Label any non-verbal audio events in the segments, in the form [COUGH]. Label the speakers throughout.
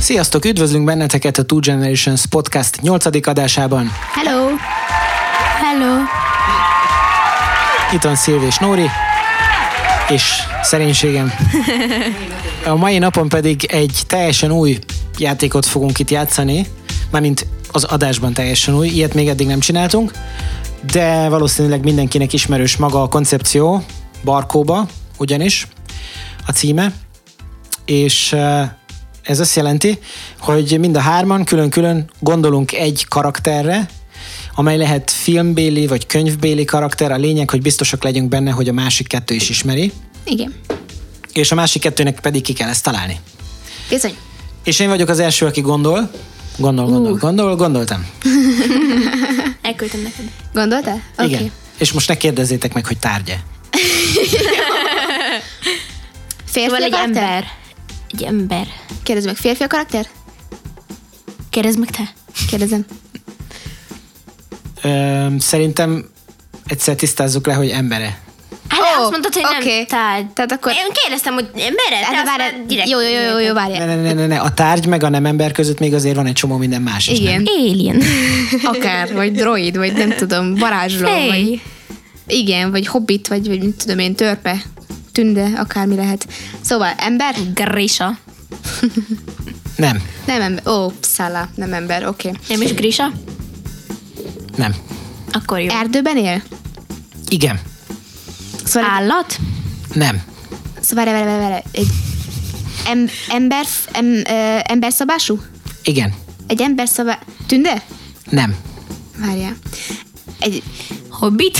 Speaker 1: Sziasztok, üdvözlünk benneteket a Two Generations Podcast 8. adásában.
Speaker 2: Hello! Hello!
Speaker 1: Itt van Szilvi és Nóri, és szerénységem. A mai napon pedig egy teljesen új játékot fogunk itt játszani, mármint az adásban teljesen új, ilyet még eddig nem csináltunk, de valószínűleg mindenkinek ismerős maga a koncepció, Barkóba ugyanis, a címe, és eh, ez azt jelenti, hogy mind a hárman külön-külön gondolunk egy karakterre, amely lehet filmbéli vagy könyvbéli karakter, a lényeg, hogy biztosak legyünk benne, hogy a másik kettő is ismeri,
Speaker 2: Igen,
Speaker 1: és a másik kettőnek pedig ki kell ezt találni.
Speaker 2: bizony.
Speaker 1: És én vagyok az első, aki gondol. Gondol, gondol, uh. gondol, gondoltam.
Speaker 3: Elküldtem neked.
Speaker 2: Gondoltál?
Speaker 1: Igen. És most ne kérdezzétek meg, hogy tárgya.
Speaker 2: Férfi
Speaker 3: Szóval
Speaker 2: a
Speaker 3: egy
Speaker 2: karakter?
Speaker 3: ember. Egy ember.
Speaker 2: Kérdezd meg, férfi a karakter?
Speaker 3: Kérdezd meg te.
Speaker 2: Kérdezem.
Speaker 1: Ö, szerintem egyszer tisztázzuk le, hogy embere.
Speaker 3: Hát
Speaker 2: Ó,
Speaker 3: oh, azt mondtad, hogy
Speaker 2: oké.
Speaker 3: nem tárgy.
Speaker 2: Tehát akkor-
Speaker 3: Én kérdeztem, hogy embere? Te
Speaker 2: Hát
Speaker 3: azt
Speaker 2: várjál,
Speaker 3: már direkt-
Speaker 2: jó, jó, jó, jó,
Speaker 1: Ne,
Speaker 2: várjál.
Speaker 1: ne, ne, ne, ne, a tárgy meg a nem ember között még azért van egy csomó minden más is.
Speaker 2: Igen. [LAUGHS]
Speaker 3: Alien.
Speaker 2: Akár, vagy droid, vagy nem tudom, varázsló, vagy...
Speaker 3: Fej.
Speaker 2: Igen, vagy hobbit, vagy, vagy mit tudom én, törpe, tünde, akármi lehet. Szóval ember?
Speaker 3: Grisa.
Speaker 1: Nem, nem,
Speaker 2: Nem ember. Ó, szála, nem ember, oké.
Speaker 3: Nem is Grisa?
Speaker 1: nem.
Speaker 3: Akkor jó.
Speaker 2: Erdőben él?
Speaker 1: Igen,
Speaker 2: Szóval
Speaker 3: Állat?
Speaker 1: nem,
Speaker 2: Szóval, várj, várj, várj, egy em, ember, em, ö, emberszabású?
Speaker 1: igen,
Speaker 2: Egy emberszabá... Tünde?
Speaker 1: nem,
Speaker 2: Várjál. Egy... [LAUGHS]
Speaker 3: Hobbit?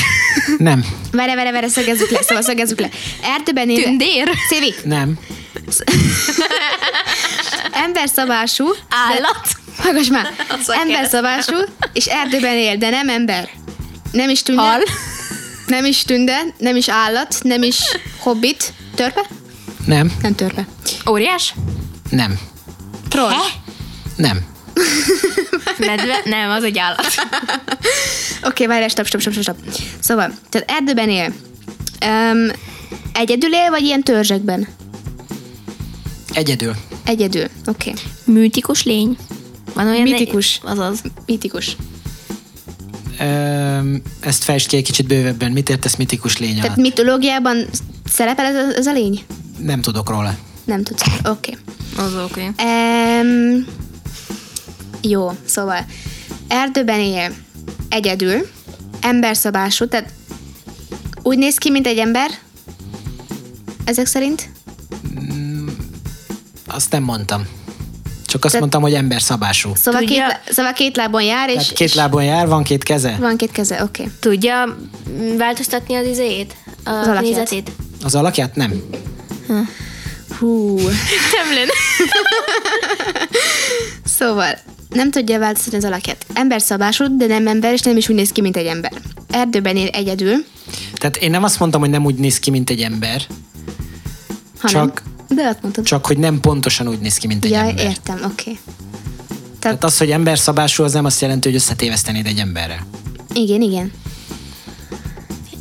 Speaker 1: nem,
Speaker 2: Várjál, várjál, várjál, szögezzük le, szóval szögezzük le. Erdőben él...
Speaker 3: Tündér?
Speaker 2: Szévi,
Speaker 1: nem,
Speaker 2: emberszabású...
Speaker 3: Állat?
Speaker 2: Hallgass már!
Speaker 3: Azt kell.
Speaker 2: Emberszabású, és erdőben él, de nem ember. Nem is tünde.
Speaker 3: Hal?
Speaker 2: Nem is tünde, nem is állat, nem is hobbit. Törpe?
Speaker 1: nem,
Speaker 2: Nem törpe.
Speaker 3: Óriás?
Speaker 1: nem,
Speaker 2: Troll.
Speaker 3: He?
Speaker 1: nem.
Speaker 3: Medve? Nem, az egy
Speaker 2: [LAUGHS]
Speaker 3: állat.
Speaker 2: Oké, okay, várj, stop, stop, stop, stop, stop. Szóval, tehát erdőben él. Um, egyedül él, vagy ilyen törzsekben?
Speaker 1: Egyedül.
Speaker 2: Egyedül, oké. Okay.
Speaker 3: Műtikus lény? Van olyan
Speaker 2: Mitikus.
Speaker 3: Azaz.
Speaker 2: Mitikus.
Speaker 1: Ö, ezt fejtsd ki egy kicsit bővebben. Mit értesz mitikus lény
Speaker 2: Tehát
Speaker 1: alatt?
Speaker 2: mitológiában szerepel ez a, ez a lény?
Speaker 1: Nem tudok róla.
Speaker 2: Nem tudsz. Oké.
Speaker 3: Az oké. Okay.
Speaker 2: Okay. Um, jó, szóval erdőben él egyedül, emberszabású, tehát úgy néz ki, mint egy ember, ezek szerint?
Speaker 1: Azt nem mondtam. Csak azt
Speaker 2: Te-
Speaker 1: mondtam, hogy ember szabású.
Speaker 2: Szóval, két,
Speaker 3: Tudja.
Speaker 2: lá- szóval két lábon jár, és,
Speaker 1: Tehát két
Speaker 2: és
Speaker 1: lábon jár, van két keze?
Speaker 2: van két keze, oké. Okay.
Speaker 3: Tudja mm, változtatni az izéjét? A
Speaker 2: Az alakját.
Speaker 3: nézetét?
Speaker 1: Az alakját nem.
Speaker 2: Hú.
Speaker 3: Temlen.
Speaker 2: [LAUGHS] Szóval, nem tudja változtatni az alakját. Emberszabású, de nem ember, és nem is úgy néz ki, mint egy ember. Erdőben él egyedül,
Speaker 1: Tehát én nem azt mondtam, hogy nem úgy néz ki, mint egy ember,
Speaker 2: hanem...
Speaker 1: Csak-
Speaker 2: De azt mondtad.
Speaker 1: csak hogy nem pontosan úgy néz ki, mint egy
Speaker 2: Ja,
Speaker 1: ember.
Speaker 2: értem, oké. Okay.
Speaker 1: Tehát az, hogy ember szabású, az nem azt jelenti, hogy összetévesztenéd egy emberrel.
Speaker 2: Igen, igen.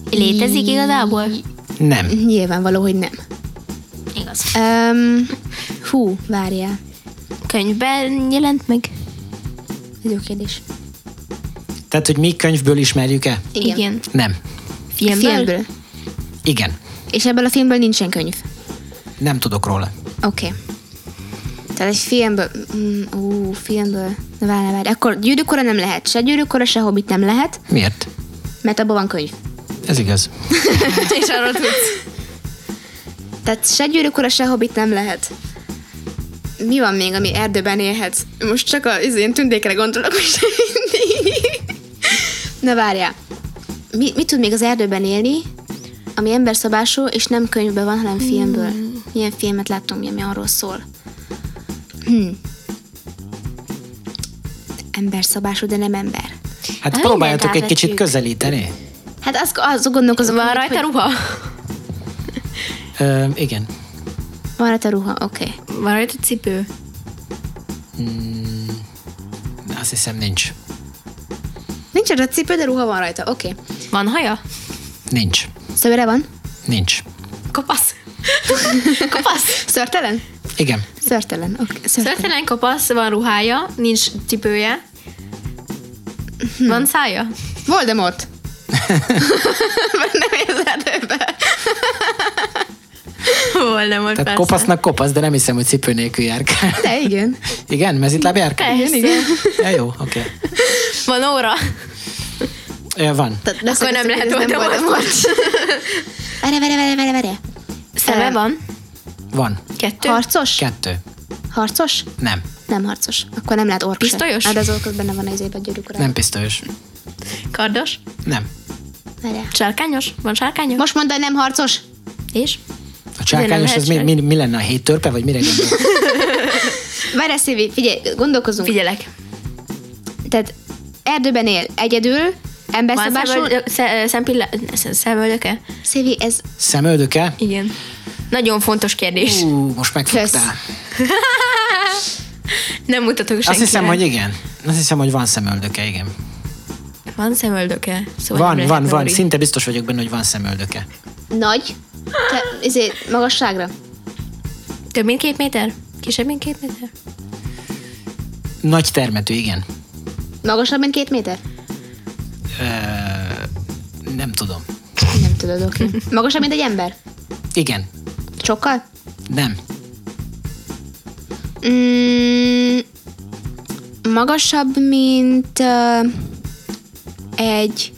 Speaker 3: Létezik igazából?
Speaker 2: Mm.
Speaker 1: Nem.
Speaker 2: Nyilvánvaló, hogy nem.
Speaker 3: Igaz.
Speaker 2: Um, hú, várjál.
Speaker 3: Könyvben jelent meg?
Speaker 2: Ez jó kérdés.
Speaker 1: Tehát, hogy mi könyvből ismerjük-e?
Speaker 2: Igen. igen.
Speaker 1: Nem.
Speaker 3: Filmből? Filmből.
Speaker 2: Filmből.
Speaker 1: Igen.
Speaker 2: És ebből a filmből nincsen könyv.
Speaker 1: Nem tudok róla.
Speaker 2: Oké. Okay. Tehát egy filmből... Mm, ú, filmből... Na, Várj, várj. Akkor gyűrűkora nem lehet. Se gyűrűkora, se hobbit nem lehet,
Speaker 1: Miért?
Speaker 2: mert abban van könyv.
Speaker 1: Ez igaz.
Speaker 3: És arról tudsz.
Speaker 2: Tehát se gyűrűkora, se hobbit nem lehet. Mi van még, ami erdőben élhet? Most csak az én tündékre gondolok, és Na várjál. Mi, mit tud még az erdőben élni, ami emberszabású, és nem könyvben van, hanem filmből?
Speaker 3: Hmm.
Speaker 2: Milyen filmet láttam, ami arról szól? Hmm. Emberszabású, de nem ember.
Speaker 1: Hát
Speaker 3: Na,
Speaker 1: próbáljátok egy
Speaker 3: mindent
Speaker 1: kicsit
Speaker 3: átvetjük.
Speaker 1: közelíteni.
Speaker 2: Hát azt, azt gondolkozom,
Speaker 3: Van
Speaker 2: hogy-
Speaker 3: rajta
Speaker 2: hogy-
Speaker 3: ruha?
Speaker 1: Ö, igen.
Speaker 2: Van rajta ruha, oké. Okay.
Speaker 3: Van rajta cipő?
Speaker 1: Azt hiszem nincs.
Speaker 2: Nincs rajta cipő, de ruha van rajta, oké. Okay.
Speaker 3: Van haja?
Speaker 1: Nincs.
Speaker 2: Szövere van?
Speaker 1: Nincs.
Speaker 3: [LAUGHS] Kopasz. Kopasz.
Speaker 2: Szörtelen?
Speaker 1: Igen.
Speaker 2: Szörtelen. Okay. Szörtelen.
Speaker 3: Szörtelen kopasz, van ruhája, nincs cipője. Van [LAUGHS] szája?
Speaker 2: [LAUGHS] Voldemort.
Speaker 3: Vagy nem érzed ebbe? Voldemort,
Speaker 1: Tehát
Speaker 3: persze.
Speaker 1: kopasznak kopasz, de nem hiszem, hogy cipő nélkül járkál. [LAUGHS]
Speaker 2: De igen.
Speaker 1: Igen? Mezitláb járkál?
Speaker 3: Persze.
Speaker 1: Ja, jó, oké.
Speaker 3: Van óra?
Speaker 1: Okay. Van.
Speaker 2: Tehát
Speaker 3: Akkor nem
Speaker 2: leszögezzük,
Speaker 3: lehet
Speaker 2: hogy ez nem
Speaker 3: Voldemort.
Speaker 2: Vere, vere, vere, vere, vere.
Speaker 3: Szeme van?
Speaker 1: Van.
Speaker 3: Kettő?
Speaker 2: Harcos?
Speaker 1: Kettő.
Speaker 2: Harcos?
Speaker 1: Nem.
Speaker 2: Nem harcos. Akkor nem lehet ork se.
Speaker 3: Pisztolyos?
Speaker 2: Hát az orkot benne van az éve a gyűrűk urában.
Speaker 1: Nem pisztolyos.
Speaker 3: Kardos?
Speaker 1: Nem.
Speaker 2: Várjál.
Speaker 3: Sárkányos? Van sárkányos?
Speaker 2: Most mondd, hogy nem harcos.
Speaker 3: És?
Speaker 1: A csákányos, az mi, mi, mi, lenne a hét törpe, vagy mire gondolsz?
Speaker 2: Várjál, Szévi, figyelj, gondolkozunk. Figyelj.
Speaker 3: Figyelek.
Speaker 2: Tehát erdőben él egyedül,
Speaker 3: Van
Speaker 2: emberszabású.
Speaker 3: szemöldö- sze- szempilla- szem- szemöldöke?
Speaker 2: Szévi, ez
Speaker 1: Szemöldöke?
Speaker 3: Igen. Nagyon fontos kérdés.
Speaker 1: Ú, most megfogtál.
Speaker 2: Kösz.
Speaker 3: Nem mutatok senkire.
Speaker 1: Azt hiszem, hogy igen. Azt hiszem, hogy van szemöldöke, igen.
Speaker 3: Van szemöldöke? Szóval
Speaker 1: Van,
Speaker 3: nem
Speaker 1: van,
Speaker 3: lehet
Speaker 1: van.
Speaker 3: Nóri.
Speaker 1: Szinte biztos vagyok benne, hogy van szemöldöke.
Speaker 2: nagy, te, ezért magasságra.
Speaker 3: Több mint két méter? Kisebb, mint két méter?
Speaker 1: Nagy termetű, igen.
Speaker 2: Magasabb, mint két méter?
Speaker 1: Ö, nem tudom.
Speaker 2: Nem tudod, oké. Okay. Magasabb, mint egy ember?
Speaker 1: Igen.
Speaker 2: Sokkal?
Speaker 1: Nem.
Speaker 2: Mm, magasabb, mint uh, egy...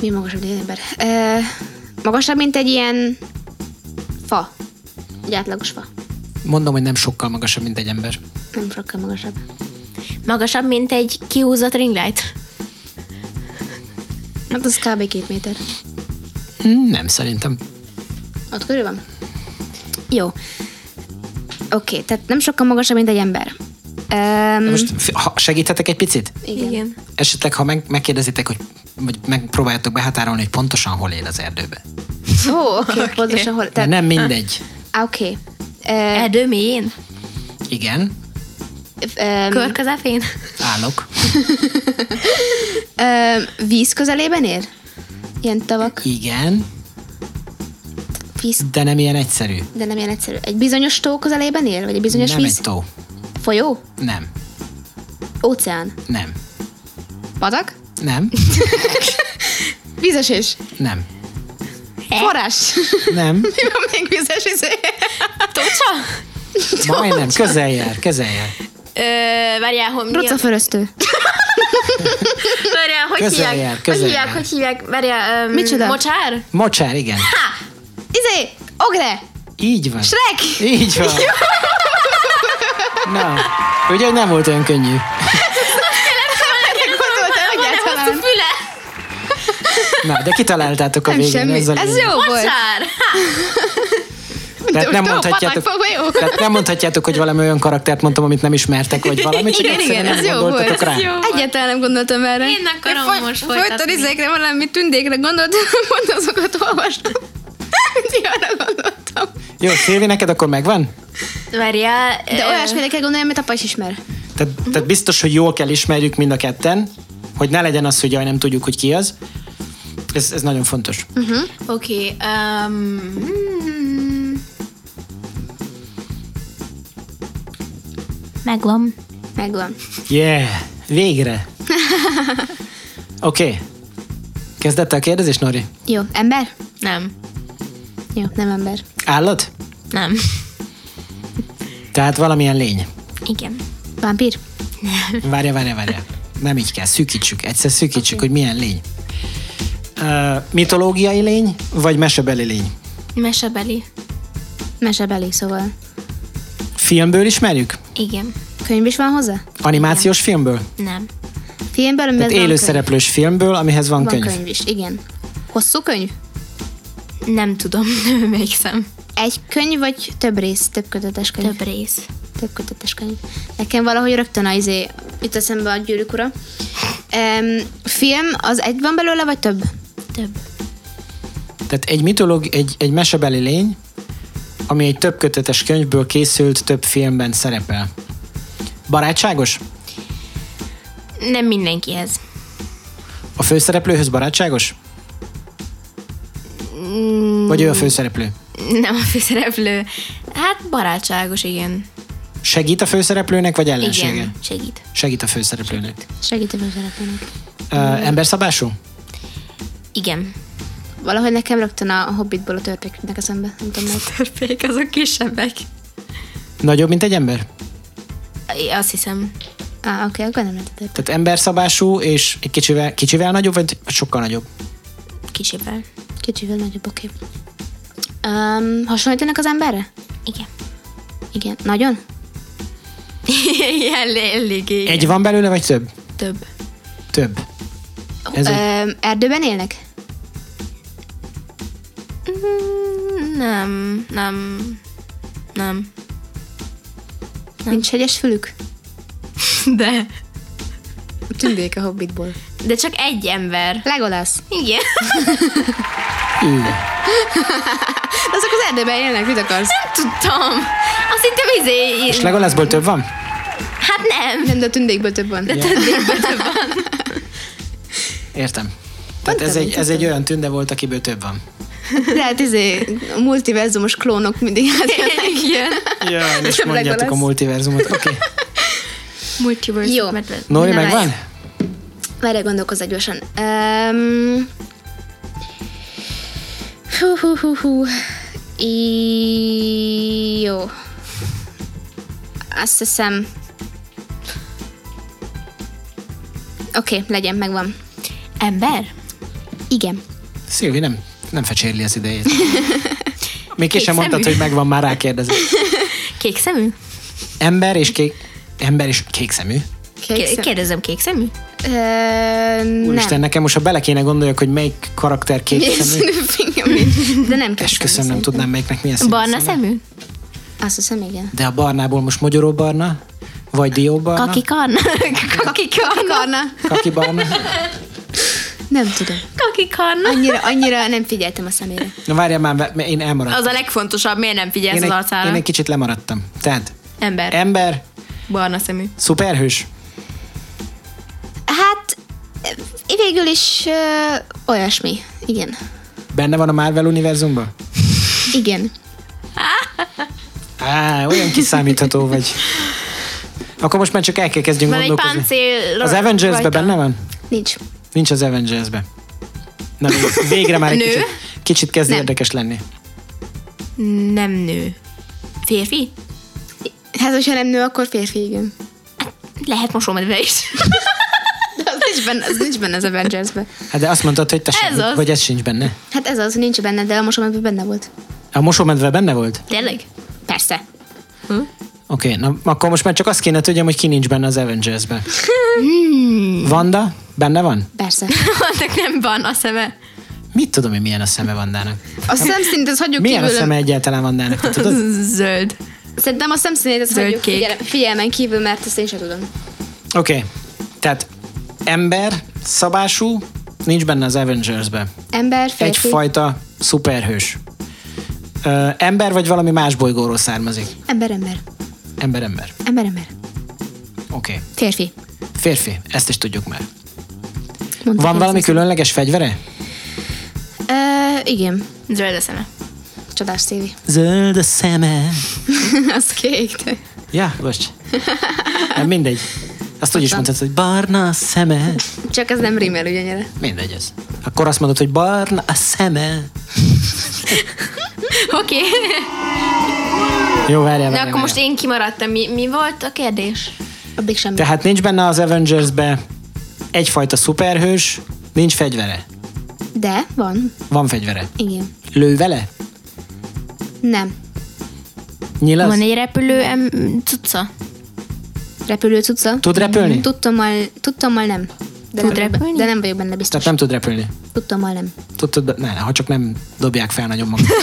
Speaker 2: Mi magasabb, mint egy ember? Uh, magasabb, mint egy ilyen fa. Egy átlagos fa.
Speaker 1: Mondom, hogy nem sokkal magasabb, mint egy ember.
Speaker 2: Nem sokkal magasabb.
Speaker 3: Magasabb, mint egy kihúzott ringlight.
Speaker 2: Hát az kb. két méter.
Speaker 1: Hm, Nem, szerintem.
Speaker 2: Ott körül van? Jó. Oké, okay, tehát nem sokkal magasabb, mint egy ember. Um,
Speaker 1: De most fi- ha segíthetek egy picit?
Speaker 2: igen. igen.
Speaker 1: Esetleg, ha meg, megkérdezitek, hogy, vagy megpróbáljátok behatárolni, hogy pontosan hol él az erdőben.
Speaker 2: Ó, oké, okay, pontosan hol.
Speaker 1: Tehát,
Speaker 2: Tehát, Ah.
Speaker 1: nem mindegy.
Speaker 2: Á, oké. Okay.
Speaker 3: Erdő mélyén?
Speaker 1: Igen,
Speaker 3: Kör [LAUGHS] közepén?
Speaker 1: állok.
Speaker 2: víz közelében ér? Ilyen tavak,
Speaker 1: Igen,
Speaker 2: víz,
Speaker 1: de nem ilyen egyszerű.
Speaker 2: de nem ilyen egyszerű. Egy bizonyos tó közelében ér? Vagy egy bizonyos
Speaker 1: nem
Speaker 2: víz?
Speaker 1: egy tó.
Speaker 2: Folyó?
Speaker 1: Nem,
Speaker 2: Óceán?
Speaker 1: nem,
Speaker 2: Patak?
Speaker 1: nem,
Speaker 2: Vízesés?
Speaker 1: nem,
Speaker 2: Forrás?
Speaker 1: nem,
Speaker 2: Mi van még vízes izé?
Speaker 3: Tocsa?
Speaker 1: majdnem, közel jár, közel jár.
Speaker 3: Ö, várjál, hogy mi a-
Speaker 2: Rucaföröztő.
Speaker 3: Várjál, hogy
Speaker 1: Közel
Speaker 3: hívják?
Speaker 1: jár,
Speaker 3: hogy
Speaker 1: közel
Speaker 3: hívják,
Speaker 1: jár.
Speaker 3: hogy hívják? Várjál, um,
Speaker 2: Micsoda?
Speaker 3: Mocsár?
Speaker 1: Mocsár, igen.
Speaker 2: Izé, ogre!
Speaker 1: Így van.
Speaker 2: Shrek!
Speaker 1: Így van. Na, ugye nem volt olyan könnyű.
Speaker 2: Gondoltam
Speaker 3: Azt a
Speaker 2: egyáltalán.
Speaker 3: füle!
Speaker 1: Na, de kitaláltátok a
Speaker 2: Nem
Speaker 1: végén.
Speaker 2: semmi.
Speaker 1: a
Speaker 2: Ez
Speaker 1: lényeg.
Speaker 2: jó volt.
Speaker 3: Mocsár! Hát, Ha!
Speaker 1: Tehát nem,
Speaker 2: Tó,
Speaker 1: mondhatjátok,
Speaker 2: patak, folyó.
Speaker 1: tehát nem mondhatjátok, hogy valami olyan karaktert mondtam, amit nem ismertek, vagy valamit, csak
Speaker 2: Igen, igen,
Speaker 1: egyszerűen nem
Speaker 2: ez jó
Speaker 1: gondoltatok
Speaker 2: volt.
Speaker 1: rá.
Speaker 3: jó.
Speaker 2: Egyáltalán nem gondoltam erre.
Speaker 3: Én akarom
Speaker 2: foly-
Speaker 3: most
Speaker 2: Folyton
Speaker 3: folytatni.
Speaker 2: izékre, valami tündékre gondoltam, [LAUGHS] pont azokat olvastam. [LAUGHS] Mint arra gondoltam.
Speaker 1: Jó, Szilvi, neked akkor megvan?
Speaker 3: Várjál,
Speaker 2: De
Speaker 3: ö,
Speaker 2: olyasmire kell gondolni, amit apa is ismer.
Speaker 1: Tehát, tehát biztos, hogy jól kell ismerjük mind a ketten, hogy ne legyen az, hogy jaj, nem tudjuk, hogy ki az. Ez, ez nagyon fontos.
Speaker 3: Oké, um, Megvan.
Speaker 2: Megvan.
Speaker 1: Yeah! Végre! Oké. Okay. Kezdett el a kérdezés, Nori?
Speaker 2: Jó, ember?
Speaker 3: Nem.
Speaker 2: Jó, nem ember.
Speaker 1: Állat?
Speaker 3: Nem.
Speaker 1: Tehát valamilyen lény.
Speaker 3: Igen.
Speaker 2: Vámpír?
Speaker 1: Várja, várja, várja. Nem így kell, szűkítsük. Egyszer szűkítsük, hogy milyen lény. Uh, mitológiai lény, vagy mesebeli lény?
Speaker 3: Mesebeli.
Speaker 2: Mesebeli, szóval.
Speaker 1: Filmből ismerjük?
Speaker 3: Igen.
Speaker 2: Könyv is van hozzá?
Speaker 1: Animációs filmből?
Speaker 3: Nem.
Speaker 2: Filmből, amiben
Speaker 1: Tehát
Speaker 2: van
Speaker 1: élő
Speaker 2: könyv.
Speaker 1: szereplős filmből, amihez van,
Speaker 2: Van
Speaker 1: könyv.
Speaker 2: könyv is, igen. Hosszú könyv?
Speaker 3: Nem tudom, [LAUGHS] nem emlékszem.
Speaker 2: Egy könyv, vagy több rész, több kötetes könyv?
Speaker 3: Több rész.
Speaker 2: Több kötetes könyv. Nekem valahogy rögtön az izé jut eszembe a gyűrűk ura. Um, film, az egy van belőle, vagy több?
Speaker 3: Több.
Speaker 1: Tehát egy mitológ, egy, egy mesebeli lény, ami egy több kötetes könyvből készült, több filmben szerepel. Barátságos?
Speaker 3: Nem mindenkihez.
Speaker 1: A főszereplőhöz barátságos?
Speaker 3: Mm.
Speaker 1: Vagy ő a főszereplő?
Speaker 3: Nem a főszereplő. Hát barátságos, igen.
Speaker 1: Segít a főszereplőnek, vagy ellensége?
Speaker 3: Igen, segít.
Speaker 1: Segít a főszereplőnek.
Speaker 2: Segít a főszereplőnek.
Speaker 1: Ö,
Speaker 3: Mm.
Speaker 1: emberszabású?
Speaker 3: Igen.
Speaker 2: Valahogy nekem rögtön a Hobbitból a törpék jutnak eszembe. Nem tudom, miért.
Speaker 3: Törpék, azok kisebbek.
Speaker 1: Nagyobb, mint egy ember?
Speaker 3: É, Azt hiszem.
Speaker 2: Á, oké, akkor nem lehet a törpék.
Speaker 1: Tehát emberszabású, és egy kicsivel, kicsivel nagyobb, vagy sokkal nagyobb?
Speaker 3: Kisebbel.
Speaker 2: Kicsivel nagyobb, oké. Um, hasonlítanak az emberre?
Speaker 3: [LAUGHS] Igen.
Speaker 2: Igen. Nagyon?
Speaker 3: igen, eléggé. igen.
Speaker 1: Egy van belőle, vagy több?
Speaker 3: Több.
Speaker 1: Több. Ez egy...
Speaker 2: Um, erdőben élnek?
Speaker 3: Mm, Nem, nem, nem.
Speaker 2: Nincs hegyes fülük?
Speaker 3: De.
Speaker 2: Tündék a Hobbitból.
Speaker 3: De csak egy ember.
Speaker 2: Legolász.
Speaker 3: Igen. [LAUGHS]
Speaker 1: Ű.
Speaker 2: Azok az erdőben élnek, mit akarsz?
Speaker 3: Tudtam. Azt hittem izé...
Speaker 1: És Legolaszból több van?
Speaker 3: Hát nem.
Speaker 2: Nem, de a tündékből több van. De
Speaker 1: Értem. Tehát ez egy, ez egy olyan tünde volt, akiből több van.
Speaker 2: hát izé, multiverzumos klónok mindig hát átjönnek.
Speaker 3: Igen.
Speaker 1: Ja, és
Speaker 3: [LAUGHS]
Speaker 2: Több
Speaker 1: mondjátok a
Speaker 2: Legolas.
Speaker 1: multiverzumot. Oké. Okay.
Speaker 3: Multiverse.
Speaker 2: Jó.
Speaker 3: medve-
Speaker 1: Nori,
Speaker 2: Nice.
Speaker 1: megvan?
Speaker 2: Várj, gondolkozzak gyorsan. Um, hú, hú, hú, hú. I, jó. Azt hiszem... Oké, okay, legyen, megvan.
Speaker 3: Ember?
Speaker 2: Igen.
Speaker 1: Szilvi nem, nem fecsérli az
Speaker 3: [LAUGHS]
Speaker 1: idejét. Még ki sem
Speaker 3: Kékszemű.
Speaker 1: mondtad, hogy megvan, már rákérdezett.
Speaker 3: Kék szemű?
Speaker 1: Ember és kék... Ember és kék szemű.
Speaker 3: Ké- Kérdezem, kék szemű?
Speaker 2: Ö, nem. [LAUGHS]
Speaker 1: Úristen, nekem most, ha bele kéne gondoljak, hogy melyik karakter kék szemű.
Speaker 2: Fingem nincs. De nem kell.
Speaker 1: Esküszöm, nem tudnám melyiknek milyen színű
Speaker 3: Barna szemű?
Speaker 2: Azt hiszem, igen.
Speaker 1: De a barnából most magyaró barna, vagy dió barna,
Speaker 3: Kaki
Speaker 1: [LAUGHS]
Speaker 3: karna? Kaki karna?
Speaker 2: Karna?
Speaker 1: kaki barna.
Speaker 2: Nem tudom.
Speaker 3: Kaki karna?
Speaker 2: Annyira, annyira nem figyeltem a szemére.
Speaker 1: Na várjál már, mert én elmaradtam.
Speaker 3: Az a legfontosabb, miért nem figyelsz
Speaker 1: én,
Speaker 3: az
Speaker 1: egy,
Speaker 3: arcára?
Speaker 1: én egy E- kicsit lemaradtam. Tehát
Speaker 3: Ember.
Speaker 1: ember,
Speaker 3: Barna szemű.
Speaker 1: szuperhős,
Speaker 2: Hát, ö, végül is ö, olyasmi. Igen.
Speaker 1: benne van a Marvel univerzumban?
Speaker 2: Igen.
Speaker 1: Á, olyan kiszámítható
Speaker 3: [LAUGHS]
Speaker 1: vagy. Akkor most már csak el kell kezdjünk
Speaker 3: Van egy
Speaker 1: gondolkozni.
Speaker 3: páncél
Speaker 1: Az Avengers-ben benne van?
Speaker 2: Nincs.
Speaker 1: Nincs az Avengers-ben. Na, vég- végre már egy
Speaker 3: Nő?
Speaker 1: kicsit, kicsit kezd
Speaker 2: Nem.
Speaker 1: érdekes lenni.
Speaker 3: Nem nő. Férfi?
Speaker 2: Hát, hogyha nem nő, akkor férfi, igen.
Speaker 3: Lehet mosómedve is.
Speaker 2: De [LAUGHS] az nincs benne, az, nincs benne az Avengers-ben.
Speaker 1: Hát de azt mondtad, hogy te sem,
Speaker 3: az.
Speaker 1: hogy ez sincs benne.
Speaker 2: Hát ez az, nincs benne, de a mosomában benne volt.
Speaker 1: A mosómedve benne volt?
Speaker 3: Tényleg? [LAUGHS]
Speaker 2: Persze.
Speaker 1: Oké, okay, na akkor most már csak azt kéne tudjam, hogy ki nincs benne az Avengers-ben. Vanda? Benne van?
Speaker 2: Persze.
Speaker 3: Annak nem van a szeme.
Speaker 1: Mit tudom én, milyen a szeme Vandának?
Speaker 2: [LAUGHS] A szemszínét azt hagyjuk
Speaker 1: Milyen a
Speaker 2: kívül.
Speaker 1: szeme egyáltalán Vandának? Te tudod?
Speaker 3: [LAUGHS] Zöld.
Speaker 2: Szerintem a szemszínét azt
Speaker 3: Zöld
Speaker 2: hagyjuk
Speaker 3: kék.
Speaker 2: figyelem, figyelmen kívül, mert ezt én sem tudom.
Speaker 1: Oké, okay. tehát ember, szabású, nincs benne az Avengers-ben.
Speaker 2: Ember, férfi.
Speaker 1: Egyfajta szuperhős. Ö, ember vagy valami más bolygóról származik?
Speaker 2: Ember, ember.
Speaker 1: Ember, ember.
Speaker 2: Ember, ember.
Speaker 1: Oké. Okay.
Speaker 2: Férfi.
Speaker 1: Férfi, ezt is tudjuk már.
Speaker 2: Mondta
Speaker 1: Van
Speaker 2: ki
Speaker 1: valami
Speaker 2: ezt.
Speaker 1: különleges fegyvere?
Speaker 2: Ö, igen.
Speaker 3: Zöld a szeme. [LAUGHS]
Speaker 2: Csodás szévi.
Speaker 1: Zöld a szeme.
Speaker 2: [LAUGHS] az kék, de...
Speaker 1: Ja, bocs. Nem, mindegy. Azt úgy is mondhatod, hogy barna a szeme.
Speaker 2: Csak ez nem rímel ugyanire.
Speaker 1: Mindegy ez. Akkor azt mondod, hogy barna a szeme.
Speaker 3: Oké.
Speaker 1: Jó, várjál,
Speaker 3: Na
Speaker 1: várjál,
Speaker 3: akkor most
Speaker 1: várjál.
Speaker 3: én kimaradtam. Mi, mi volt a kérdés?
Speaker 2: Addig semmi.
Speaker 1: Tehát nincs benne az Avengers-be egyfajta szuperhős, nincs fegyvere.
Speaker 2: De, van.
Speaker 1: Van fegyvere.
Speaker 2: Igen.
Speaker 1: Lő vele?
Speaker 2: Nem.
Speaker 1: Nyilasz?
Speaker 3: Van egy repülő em- cucca?
Speaker 2: Repülő cucca?
Speaker 1: Tud repülni?
Speaker 2: Tudtommal, tudtommal nem. De
Speaker 3: Tud
Speaker 2: nem,
Speaker 3: repülni?
Speaker 2: De nem vagyok benne biztos.
Speaker 1: Tehát nem tud repülni.
Speaker 2: Tudtommal nem.
Speaker 1: Tudtad, be- ne, ha csak nem dobják fel nagyon magukat.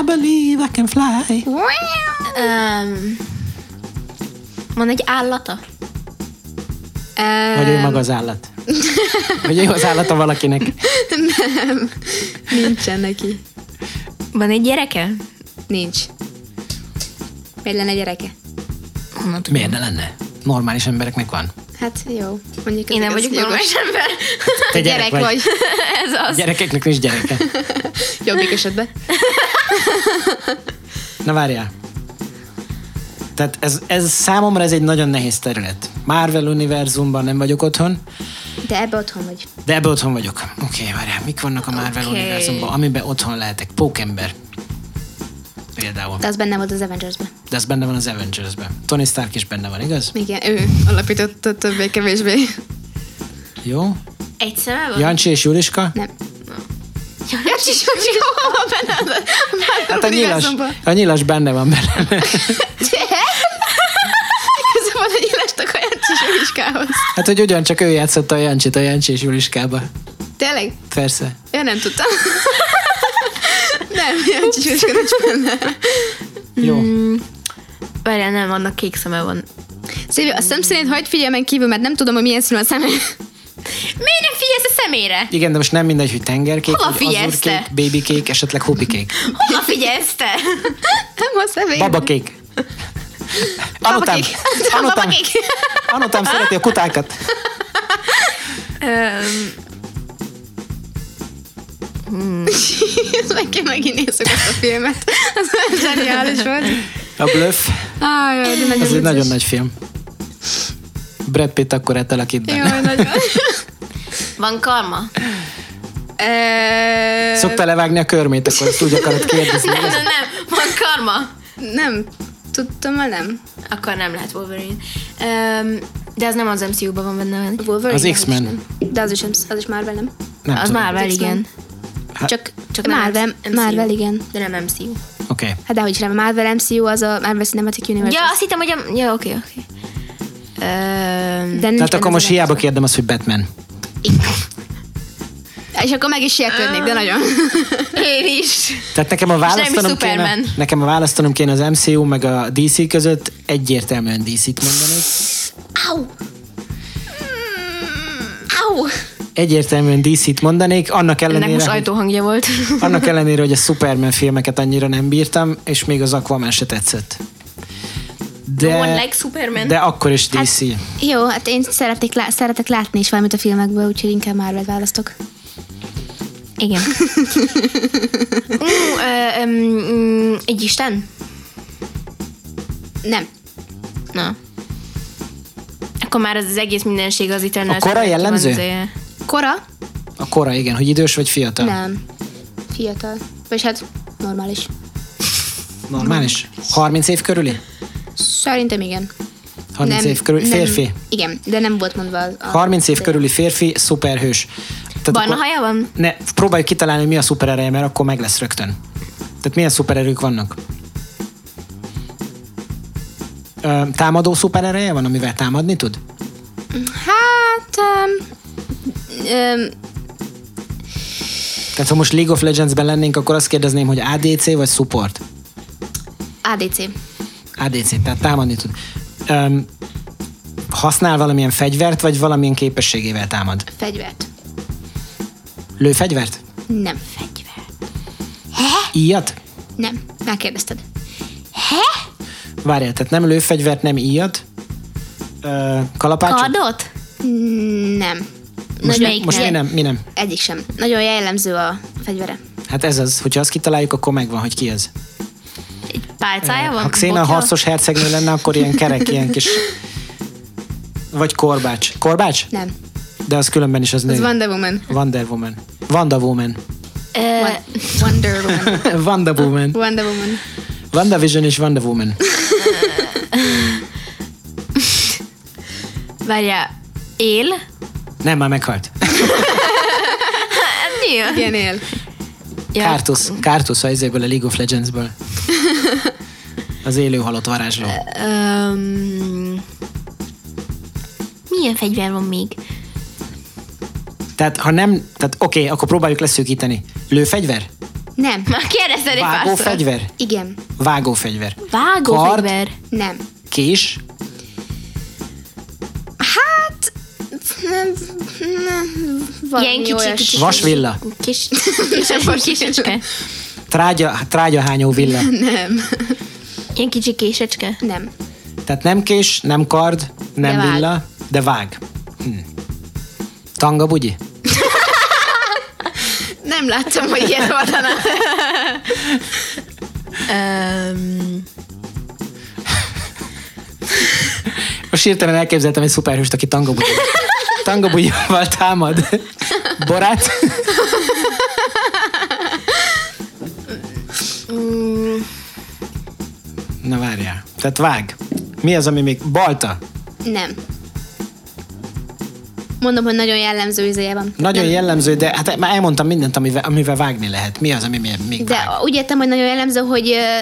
Speaker 1: I believe I can fly.
Speaker 3: Um, van egy állata?
Speaker 2: e,
Speaker 1: Vagy ő maga az állat. Vagy ő az állata valakinek.
Speaker 2: Nincsen neki.
Speaker 3: Van egy gyereke?
Speaker 2: Nincs. Miért lenne gyereke?
Speaker 3: Honnan tudom?
Speaker 1: Miért ne lenne? Normális embereknek van.
Speaker 2: Hát jó. Mondjuk
Speaker 3: Én nem
Speaker 2: ez
Speaker 3: vagyok
Speaker 2: jogos.
Speaker 3: normális ember.
Speaker 1: Te
Speaker 2: Gyerek vagy.
Speaker 3: [LAUGHS] Ez az.
Speaker 1: Gyerekeknek nincs gyereke.
Speaker 2: Jobbik esetben.
Speaker 1: Na várjál. Tehát ez, ez számomra ez egy nagyon nehéz terület. Marvel univerzumban nem vagyok otthon,
Speaker 2: De ebbe otthon vagy.
Speaker 1: de ebbe otthon vagyok. Oké, okay, várjál, mik vannak a Marvel
Speaker 3: Oké.
Speaker 1: okay. univerzumban, amiben otthon lehetek? Pókember. Például.
Speaker 2: De az benne volt az Avengersben.
Speaker 1: De ez benne van az Avengers-ben. Tony Stark is benne van, igaz?
Speaker 2: Igen, ő alapította többé-kevésbé.
Speaker 1: Jó.
Speaker 3: Egy szeme van?
Speaker 1: Jancsi és Juliska? Hát
Speaker 2: Nem.
Speaker 3: Ja, hát Csicska, hol van benne?
Speaker 1: Hát a nyilas, a nyilas benne van benne.
Speaker 2: Köze van egy élestek Szóval, a Jancsis Juliskához.
Speaker 1: Hát, hogy ugyancsak ő játszotta a Jancsit a Jancsi és Juliskába.
Speaker 2: Tényleg?
Speaker 1: Persze.
Speaker 2: Én nem tudtam. nem, Jancsis Juliska nincs benne.
Speaker 1: Jó.
Speaker 2: Mm.
Speaker 3: Várjál, nem, annak kék szeme van.
Speaker 2: Szilvia, a szem szerint hagyd figyelmen kívül, mert nem tudom, hogy milyen színű a szeme.
Speaker 3: Miért nem figyelsz a szemére?
Speaker 1: Igen, de most nem mindegy, hogy tengerkék,
Speaker 3: Hova
Speaker 1: vagy
Speaker 3: figyelsz
Speaker 1: azurkék,
Speaker 3: te?
Speaker 1: babykék, esetleg hupikék.
Speaker 3: Hova [LAUGHS] figyelsz te?
Speaker 2: Nem a szemé.
Speaker 1: Babakék. Anotám.
Speaker 2: Babakék.
Speaker 1: Anotám.
Speaker 2: [LAUGHS] Babakék.
Speaker 1: Anotám szereti a kutákat.
Speaker 3: Öm,
Speaker 2: Ez meg kell megint nézzük azt a filmet. Az olyan zseniális volt.
Speaker 1: A Bluff.
Speaker 2: Aj, jaj, de
Speaker 1: Ez
Speaker 2: nagyon
Speaker 1: egy nagyon nagy film. Brad Pitt akkor átalakít benne.
Speaker 2: Jaj, nagyon.
Speaker 3: van [LAUGHS] karma?
Speaker 2: Ö,
Speaker 1: Szokta levágni a körmét, akkor ezt úgy akarod
Speaker 2: [LAUGHS]
Speaker 1: kérdezni.
Speaker 3: Nem, nem, nem. Van karma?
Speaker 2: Nem, tudtam, ha nem.
Speaker 3: Akkor nem lehet Wolverine. Öm, de az nem az MCU-ban van benne. Az
Speaker 2: Wolverine,
Speaker 1: Az
Speaker 2: az
Speaker 1: X-Men.
Speaker 2: is nem. De az is, nem- az is Marvel, nem?
Speaker 1: Nem tudom.
Speaker 3: Marvel,
Speaker 2: Az X-Men.
Speaker 3: igen.
Speaker 1: Hát-
Speaker 2: Csak,
Speaker 3: Csak
Speaker 2: csak
Speaker 3: nem
Speaker 2: Marvel,
Speaker 3: MCU.
Speaker 2: Marvel, igen.
Speaker 3: De nem MCU.
Speaker 1: Oké. Okay.
Speaker 2: Hát dehogy is nem, a Marvel MCU az a Marvel Cinematic Universe.
Speaker 3: Ja, azt hittem, hogy a... Ja, oké, oké. Öm,
Speaker 2: de
Speaker 1: Tehát
Speaker 2: nincs benne
Speaker 1: akkor
Speaker 2: az
Speaker 1: most
Speaker 2: a-
Speaker 1: hiába kérdem azt, hogy Batman.
Speaker 2: És akkor meg is sietődnék, de [LAUGHS] nagyon.
Speaker 3: Én is.
Speaker 1: Tehát nekem a választanom
Speaker 3: nem
Speaker 1: kéne,
Speaker 3: Superman.
Speaker 1: nekem a választanom kéne az MCU meg a DC között, egyértelműen DC-t mondanék.
Speaker 2: Au! Au!
Speaker 1: Egyértelműen DC-t mondanék, annak
Speaker 3: Ennek
Speaker 1: ellenére,
Speaker 3: most
Speaker 1: hogy,
Speaker 3: ajtóhangja volt. [LAUGHS]
Speaker 1: annak ellenére, hogy a Superman filmeket annyira nem bírtam, és még az Aquaman se tetszett. De,
Speaker 3: No one likes Superman.
Speaker 1: de akkor is DC.
Speaker 2: Jó, hát én szeretnék, lá- szeretek látni is valamit a filmekből, úgyhogy inkább Marvel választok.
Speaker 3: Igen. Ú, ö, öm, mm, egy isten?
Speaker 2: [LAUGHS] Nem.
Speaker 3: Na. Akkor már az, az egész mindenség az Eternals.
Speaker 1: A kora
Speaker 3: Van
Speaker 1: jellemző?
Speaker 3: izéje.
Speaker 2: Kora?
Speaker 1: A kora, igen, hogy idős vagy fiatal.
Speaker 2: Nem. Fiatal. Vagy hát normális.
Speaker 1: Normális? 30 év körüli?
Speaker 2: Szerintem igen.
Speaker 1: 30 év körüli férfi?
Speaker 2: Nem, igen, de nem volt mondva az. a-
Speaker 1: 30 év
Speaker 2: de-
Speaker 1: körüli férfi, szuperhős. Tehát
Speaker 3: Barna haja van?
Speaker 1: Ne, próbáljuk kitalálni, hogy mi a szuperereje, mert akkor meg lesz rögtön. Tehát milyen szupererők vannak? Ö, támadó szuperereje van, amivel támadni tud?
Speaker 2: Hát... Um, um,
Speaker 1: Tehát ha most League of Legends-ben lennénk, akkor azt kérdezném, hogy ADC vagy support?
Speaker 2: ADC.
Speaker 1: ADC, tehát támadni tud. Ö, használ valamilyen fegyvert, vagy valamilyen képességével támad?
Speaker 2: Fegyvert.
Speaker 1: Lő fegyvert?
Speaker 2: Nem. Fegyver.
Speaker 1: Íjat?
Speaker 2: Nem. Megkérdezted.
Speaker 1: Várjál, tehát nem lőfegyvert, nem íjat? Ö, kalapácsot?
Speaker 3: Kardot?
Speaker 2: Mm, Nem.
Speaker 1: Most,
Speaker 3: Nagy
Speaker 1: mi, most mi
Speaker 3: melyiknek?
Speaker 1: nem, mi nem?
Speaker 2: Egyik sem. Nagyon jellemző a fegyvere.
Speaker 1: Hát ez az, hogyha azt kitaláljuk, akkor megvan, hogy ki ez.
Speaker 3: Egy pálcája van?
Speaker 1: Eh, Ha Xena a
Speaker 3: Botja?
Speaker 1: harcos hercegnő lenne, akkor ilyen kerek, ilyen kis... Vagy korbács. Korbács?
Speaker 2: Nem.
Speaker 1: De az különben is az nő.
Speaker 2: Ez Wonder Woman.
Speaker 1: Wonder Woman. Wanda Woman. [LAUGHS]
Speaker 3: Ö,
Speaker 2: Wonder Woman.
Speaker 1: Wanda Woman.
Speaker 2: Wonder Woman.
Speaker 1: Wanda Vision és Wanda Woman.
Speaker 3: Várjál. Él?
Speaker 1: Nem, már meghalt.
Speaker 3: Nyilván.
Speaker 2: Ilyen él.
Speaker 3: Ja,
Speaker 1: Kártusz. Kártusz a izéből, a League of Legendsből. Az élő halott varázsló.
Speaker 3: Öm, milyen fegyver van még?
Speaker 1: Tehát ha nem, tehát oké, okay, akkor próbáljuk leszűkíteni. Lőfegyver?
Speaker 2: Nem.
Speaker 3: Már kérdezted egy párszor.
Speaker 1: Vágófegyver?
Speaker 2: Igen.
Speaker 1: Vágófegyver.
Speaker 3: Vágófegyver.
Speaker 2: Nem.
Speaker 1: Kés?
Speaker 2: Hát... nem- nem, valami
Speaker 3: Ilyen kicsi,
Speaker 2: olyas-
Speaker 3: kicsi.
Speaker 1: Vasvilla?
Speaker 3: Kis, kis, késecske.
Speaker 1: Trágya, trágyahányó villa.
Speaker 2: Nem.
Speaker 3: Ilyen kicsi késecske.
Speaker 2: Nem.
Speaker 1: Tehát nem kés, nem kard, nem
Speaker 2: De vág.
Speaker 1: villa, de vág. Hm. Tanga bugyi?
Speaker 2: Nem láttam, hogy ilyet mondaná.
Speaker 3: Öm,
Speaker 1: Most hirtelen elképzeltem egy szuperhőst, aki
Speaker 2: [LAUGHS]
Speaker 1: tangobugyó. tangobugyóval támad. Borát?
Speaker 2: Mm.
Speaker 1: Na várjál. Tehát vág. Mi az, ami még... Balta.
Speaker 2: Nem. Mondom, hogy nagyon jellemző izéje van.
Speaker 1: Nagyon nem. jellemző, de hát már elmondtam mindent, amivel, amivel vágni lehet. Mi az, ami még még
Speaker 2: De
Speaker 1: vág?
Speaker 2: úgy értem, hogy nagyon jellemző, hogy ö,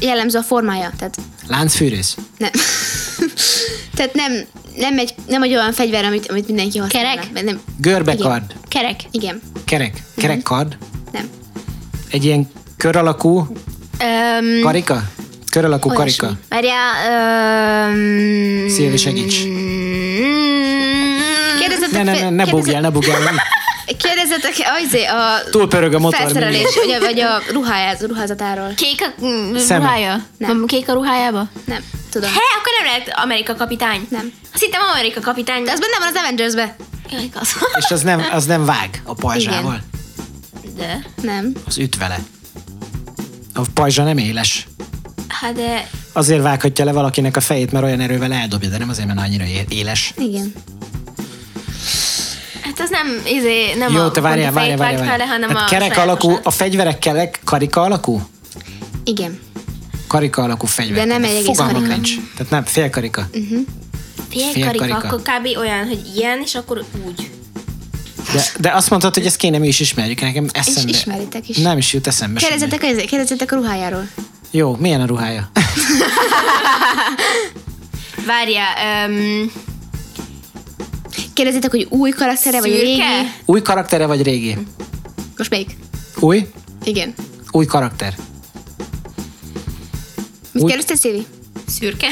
Speaker 2: jellemző a formája. Tehát
Speaker 1: Láncfűrész.
Speaker 2: nem. [LAUGHS] Tehát nem, nem, egy, nem egy olyan fegyver, amit, amit mindenki használ.
Speaker 3: Kerek?
Speaker 2: Nem.
Speaker 1: Görbekard.
Speaker 2: Igen. Kerek. Igen.
Speaker 1: Kerek. Kerekkard.
Speaker 2: Nem.
Speaker 1: Egy ilyen kör alakú
Speaker 3: öm,
Speaker 1: karika? Kör alakú
Speaker 2: Olyasmi.
Speaker 1: karika.
Speaker 3: Várjál, öm,
Speaker 1: Szilvi, segíts.
Speaker 2: Kérdezzetek,
Speaker 1: Ne, ne, ne,
Speaker 2: fel-
Speaker 1: ne
Speaker 2: kérdezze-
Speaker 1: bugjál, ne bugjál.
Speaker 2: Kérdezzetek, ajzé, a
Speaker 1: Túlpörög a motor.
Speaker 2: felszerelés, vagy a, vagy a ruhájáz, ruházatáról.
Speaker 3: Kék a mm,
Speaker 1: Szeme.
Speaker 3: ruhája?
Speaker 2: Nem.
Speaker 3: Van Kék a ruhájába?
Speaker 2: Nem, tudom.
Speaker 3: Hé, akkor nem lehet Amerika kapitány.
Speaker 2: Nem.
Speaker 3: Azt hittem Amerika kapitány, de
Speaker 2: De az
Speaker 3: az...
Speaker 2: benne van az Avengersbe.
Speaker 3: Jaj, igaz.
Speaker 1: És az nem, az nem vág a pajzsával.
Speaker 2: Igen.
Speaker 3: De,
Speaker 2: Nem.
Speaker 1: Az üt vele. A pajzsa nem éles.
Speaker 3: hát de...
Speaker 1: Azért vághatja le valakinek a fejét, mert olyan erővel eldobja, de nem azért, mert annyira é- éles.
Speaker 2: Igen.
Speaker 3: Hát az nem, izé, nem
Speaker 1: Jó,
Speaker 3: a
Speaker 1: te várjál,
Speaker 3: pont a
Speaker 1: várjál, várjál.
Speaker 3: fejét vágta
Speaker 1: várjál.
Speaker 3: le, hanem
Speaker 1: Tehát
Speaker 3: a
Speaker 1: kerek
Speaker 3: sajátosat.
Speaker 1: alakú, a fegyverek kerek, karika alakú?
Speaker 2: Igen.
Speaker 1: Karika alakú fegyver.
Speaker 2: De nem egy egész
Speaker 1: Fogalmam
Speaker 2: karika.
Speaker 1: nincs. Tehát nem, félkarika. fél
Speaker 3: Fél karika,
Speaker 1: karika.
Speaker 3: akkor kb. olyan, hogy ilyen, és akkor úgy.
Speaker 1: De, de azt mondtad, hogy ezt kéne mi is ismerjük, nekem eszembe.
Speaker 2: ismeritek is.
Speaker 1: Nem is jut eszembe. semmi.
Speaker 2: Kérdezzetek, ajzé, kérdezzetek a ruhájáról.
Speaker 1: Jó, milyen a ruhája?
Speaker 3: Várjál, öm,
Speaker 2: Kérdezzetek, hogy új karaktere, vagy régi.
Speaker 3: szürke?
Speaker 1: Új karaktere vagy régi?
Speaker 2: Mm. Most melyik?
Speaker 1: Új?
Speaker 2: Igen.
Speaker 1: Új karakter.
Speaker 2: Mit
Speaker 1: Új-
Speaker 2: kérdezte Szévi?
Speaker 3: Szürke?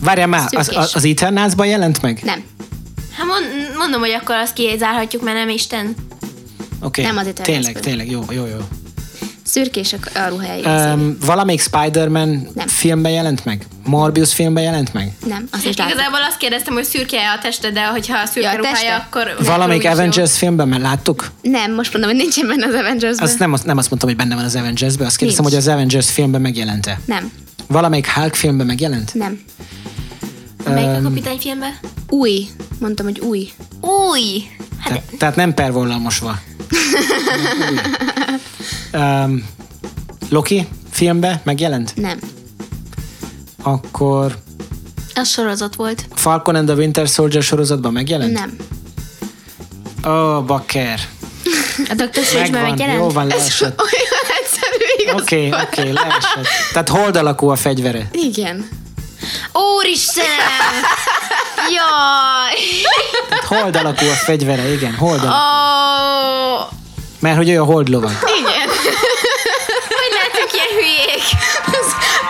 Speaker 1: Várjál már, az,
Speaker 2: Szürkés.
Speaker 1: az, az Eternals-ban jelent meg?
Speaker 2: Nem.
Speaker 3: Hát mond, mondom, hogy akkor azt kizárhatjuk, mert nem Isten.
Speaker 1: Oké.
Speaker 2: Nem az
Speaker 1: Tényleg,
Speaker 2: Eternals-ban.
Speaker 1: tényleg, jó, jó, jó.
Speaker 2: Szürkés a, a ruhája. Um,
Speaker 1: Um, valamelyik Spider-Man
Speaker 2: Nem.
Speaker 1: filmben jelent meg? Morbius filmben jelent meg?
Speaker 2: nem, azt is látom.
Speaker 3: Hát Igazából azt kérdeztem, hogy szürke a teste, de hogyha a szürke
Speaker 2: Ja, a
Speaker 3: ruhája,
Speaker 2: teste.
Speaker 3: akkor...
Speaker 1: Valamelyik
Speaker 3: akkor úgy is jó.
Speaker 1: Avengers filmben, mert láttuk?
Speaker 2: Nem, most mondom, hogy nincsen benne az Avengersben.
Speaker 1: Azt nem, azt- nem azt mondtam, hogy benne van az Avengers-ben, azt kérdeztem,
Speaker 2: Nincs.
Speaker 1: hogy az Avengers filmben megjelente.
Speaker 2: Nem.
Speaker 1: Valamelyik Hulk filmben megjelent?
Speaker 2: Nem.
Speaker 3: Melyik a kapitány filmben?
Speaker 2: Új. Mondtam, hogy új.
Speaker 3: Új! Hát
Speaker 1: Te, tehát nem pervollamosva. um, Loki filmbe megjelent?
Speaker 2: Nem.
Speaker 1: Akkor
Speaker 3: Hát az sorozat volt.
Speaker 1: Falcon and the Winter Soldier sorozatban megjelent?
Speaker 2: Nem.
Speaker 1: Ó, oh, bakker.
Speaker 3: A
Speaker 1: Hát
Speaker 3: Dr. Strange-ben
Speaker 1: Megvan,
Speaker 3: megjelent?
Speaker 1: jó van,
Speaker 3: [LAUGHS]
Speaker 1: leesett.
Speaker 2: [LAUGHS] Olyan egyszerű, igaz?
Speaker 1: Oké, oké, leesett. Tehát hold alakú a fegyvere.
Speaker 2: Igen. [LAUGHS]
Speaker 3: Úristen! Jaj!
Speaker 1: Tehát hold alakú a fegyvere, igen, hold alakú.
Speaker 3: Oh!
Speaker 1: Mert hogy ő a hold lovag.
Speaker 2: Igen. [LAUGHS]
Speaker 3: Hogy lehetünk ilyen hülyék?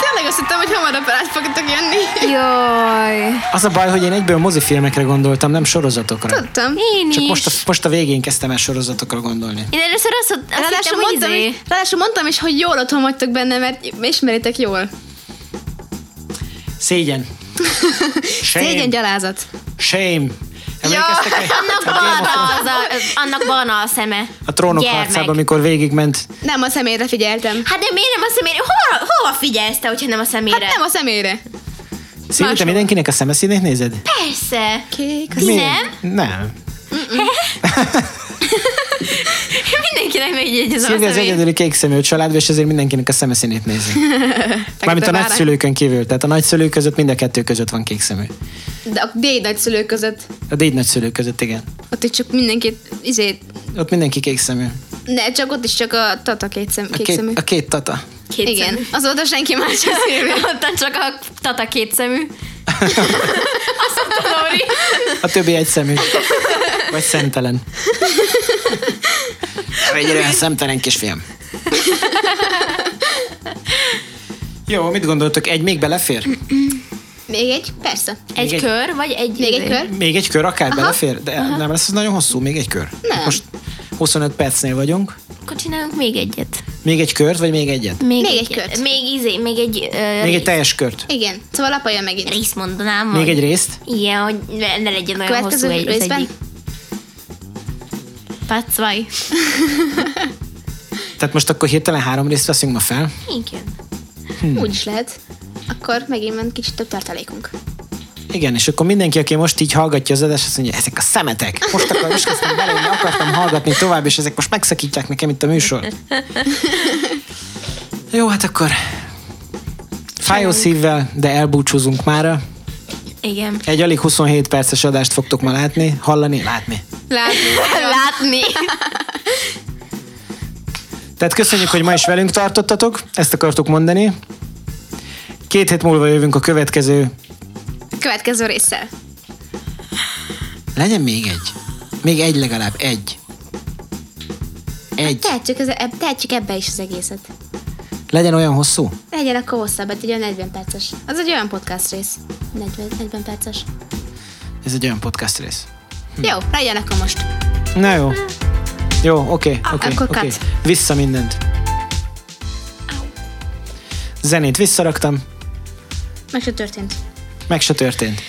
Speaker 2: Tényleg azt hittem, hogy hamarabb át fogtok jönni.
Speaker 3: Jaj!
Speaker 1: Az a baj, hogy én egyből mozifilmekre gondoltam, nem sorozatokra.
Speaker 2: Tudtam.
Speaker 3: Én
Speaker 1: Csak
Speaker 3: is.
Speaker 1: most a, most a végén kezdtem el sorozatokra gondolni.
Speaker 3: Én először azt, azt hittem,
Speaker 2: Ráadásul
Speaker 3: hogy
Speaker 2: mondtam,
Speaker 3: izé-
Speaker 2: is, ráadásul mondtam is, hogy jól otthon vagytok benne, mert ismeritek jól.
Speaker 3: [LAUGHS]
Speaker 1: Szégyen. Shame.
Speaker 2: Szégyen gyalázat.
Speaker 1: Shame. Emlékeztek ja,
Speaker 3: Annak barna, az a, az- annak barna a szeme.
Speaker 1: a trónok
Speaker 3: Gyermek.
Speaker 1: harcában, amikor végigment.
Speaker 2: Nem a személyre figyeltem.
Speaker 3: Hát de miért nem a szemére? Hova, hova figyelsz te, hogyha nem a szemére?
Speaker 2: Hát nem a személyre.
Speaker 1: Szívi, te
Speaker 2: Máshol.
Speaker 1: mindenkinek a szemeszínét nézed?
Speaker 3: Persze. [LAUGHS]
Speaker 2: Kék.
Speaker 3: Mi?
Speaker 1: Miért?
Speaker 3: Nem?
Speaker 1: Nem.
Speaker 3: Mindenkinek megy egy az a
Speaker 1: Szilvi az
Speaker 3: szemére.
Speaker 1: egyedüli kék szemű család, és ezért mindenkinek a szemeszínét
Speaker 3: [LAUGHS]
Speaker 1: nézi. Mármint a
Speaker 2: már-
Speaker 1: nagyszülőkön kívül. Tehát a nagyszülők között mind a kettő között van kék szemű.
Speaker 2: De a déd nagyszülők között.
Speaker 1: A déd nagyszülők között, igen.
Speaker 2: Ott is csak mindenkit, izé,
Speaker 1: Ott mindenki kék szemű.
Speaker 2: ne, csak ott is csak a tata két szem,
Speaker 1: A
Speaker 2: kék
Speaker 1: két,
Speaker 2: szemű.
Speaker 1: a két tata.
Speaker 3: Két
Speaker 2: Igen, azóta senki más
Speaker 3: [LAUGHS]
Speaker 2: sem szívja.
Speaker 3: Ottan csak a tata
Speaker 1: [LAUGHS]
Speaker 3: kétszemű. Azt mondta Lóri.
Speaker 1: A többi egy szemű. Vagy szemtelen. Egy olyan szemtelen kisfiam. Jó, mit gondoltok? Egy még belefér?
Speaker 2: Még egy? Persze.
Speaker 3: Egy
Speaker 1: egy-
Speaker 3: kör, vagy egy...
Speaker 2: Még
Speaker 3: izé?
Speaker 2: egy kör?
Speaker 1: Még egy kör akár belefér? De nem lesz ez nagyon hosszú, még egy kör.
Speaker 2: Nem.
Speaker 1: Most 25 percnél vagyunk.
Speaker 3: Akkor csinálunk még egyet.
Speaker 1: Még egy kört, vagy még egyet?
Speaker 2: Még egy kört.
Speaker 3: Még izé, még egy... ö,
Speaker 1: Még egy
Speaker 3: rész-
Speaker 1: teljes kört.
Speaker 2: Igen, szóval apa jön megint.
Speaker 3: Rész mondanám.
Speaker 1: Még
Speaker 3: hogy-
Speaker 1: egy részt?
Speaker 3: Igen, hogy ne, ne legyen olyan
Speaker 2: Következő
Speaker 3: hosszú egy, az
Speaker 2: részben?
Speaker 3: egyik. Part 2.
Speaker 1: Tehát most akkor hirtelen három részt veszünk ma fel.
Speaker 3: Igen.
Speaker 2: Hmm. Úgy is lehet. Akkor megint van kicsit több tartalékunk.
Speaker 1: Igen, és akkor mindenki, aki most így hallgatja az adást, azt mondja, ezek a szemetek, most akar, most kezdtem bele, én akartam hallgatni tovább, és ezek most megszakítják nekem itt a műsor. Jó, hát akkor fájó szívvel, de elbúcsúzunk mára.
Speaker 3: Igen.
Speaker 1: Egy alig 27 perces adást fogtok ma látni, hallani, látni.
Speaker 2: [LAUGHS] Látni.
Speaker 3: Látni.
Speaker 1: Tehát köszönjük, hogy ma is velünk tartottatok, ezt akartuk mondani. Két hét múlva jövünk a következő.
Speaker 2: Következő résszel.
Speaker 1: Legyen még egy. Még egy legalább, egy. Egy.
Speaker 2: Tehetjük, ez, eb- tehetjük ebbe is az egészet.
Speaker 1: Legyen olyan hosszú?
Speaker 2: Legyen akkor hosszabb, hát egy olyan 40 perces. Az egy olyan podcast rész. 40, 40 perces.
Speaker 1: Ez egy olyan podcast rész.
Speaker 2: Jó, legyen akkor most.
Speaker 1: Na jó. Jó, oké, oké,
Speaker 2: Hm. Ah, akkor
Speaker 1: oké.
Speaker 2: cut.
Speaker 1: Vissza mindent. Zenét visszaraktam,
Speaker 2: Meg se történt.
Speaker 1: meg se történt.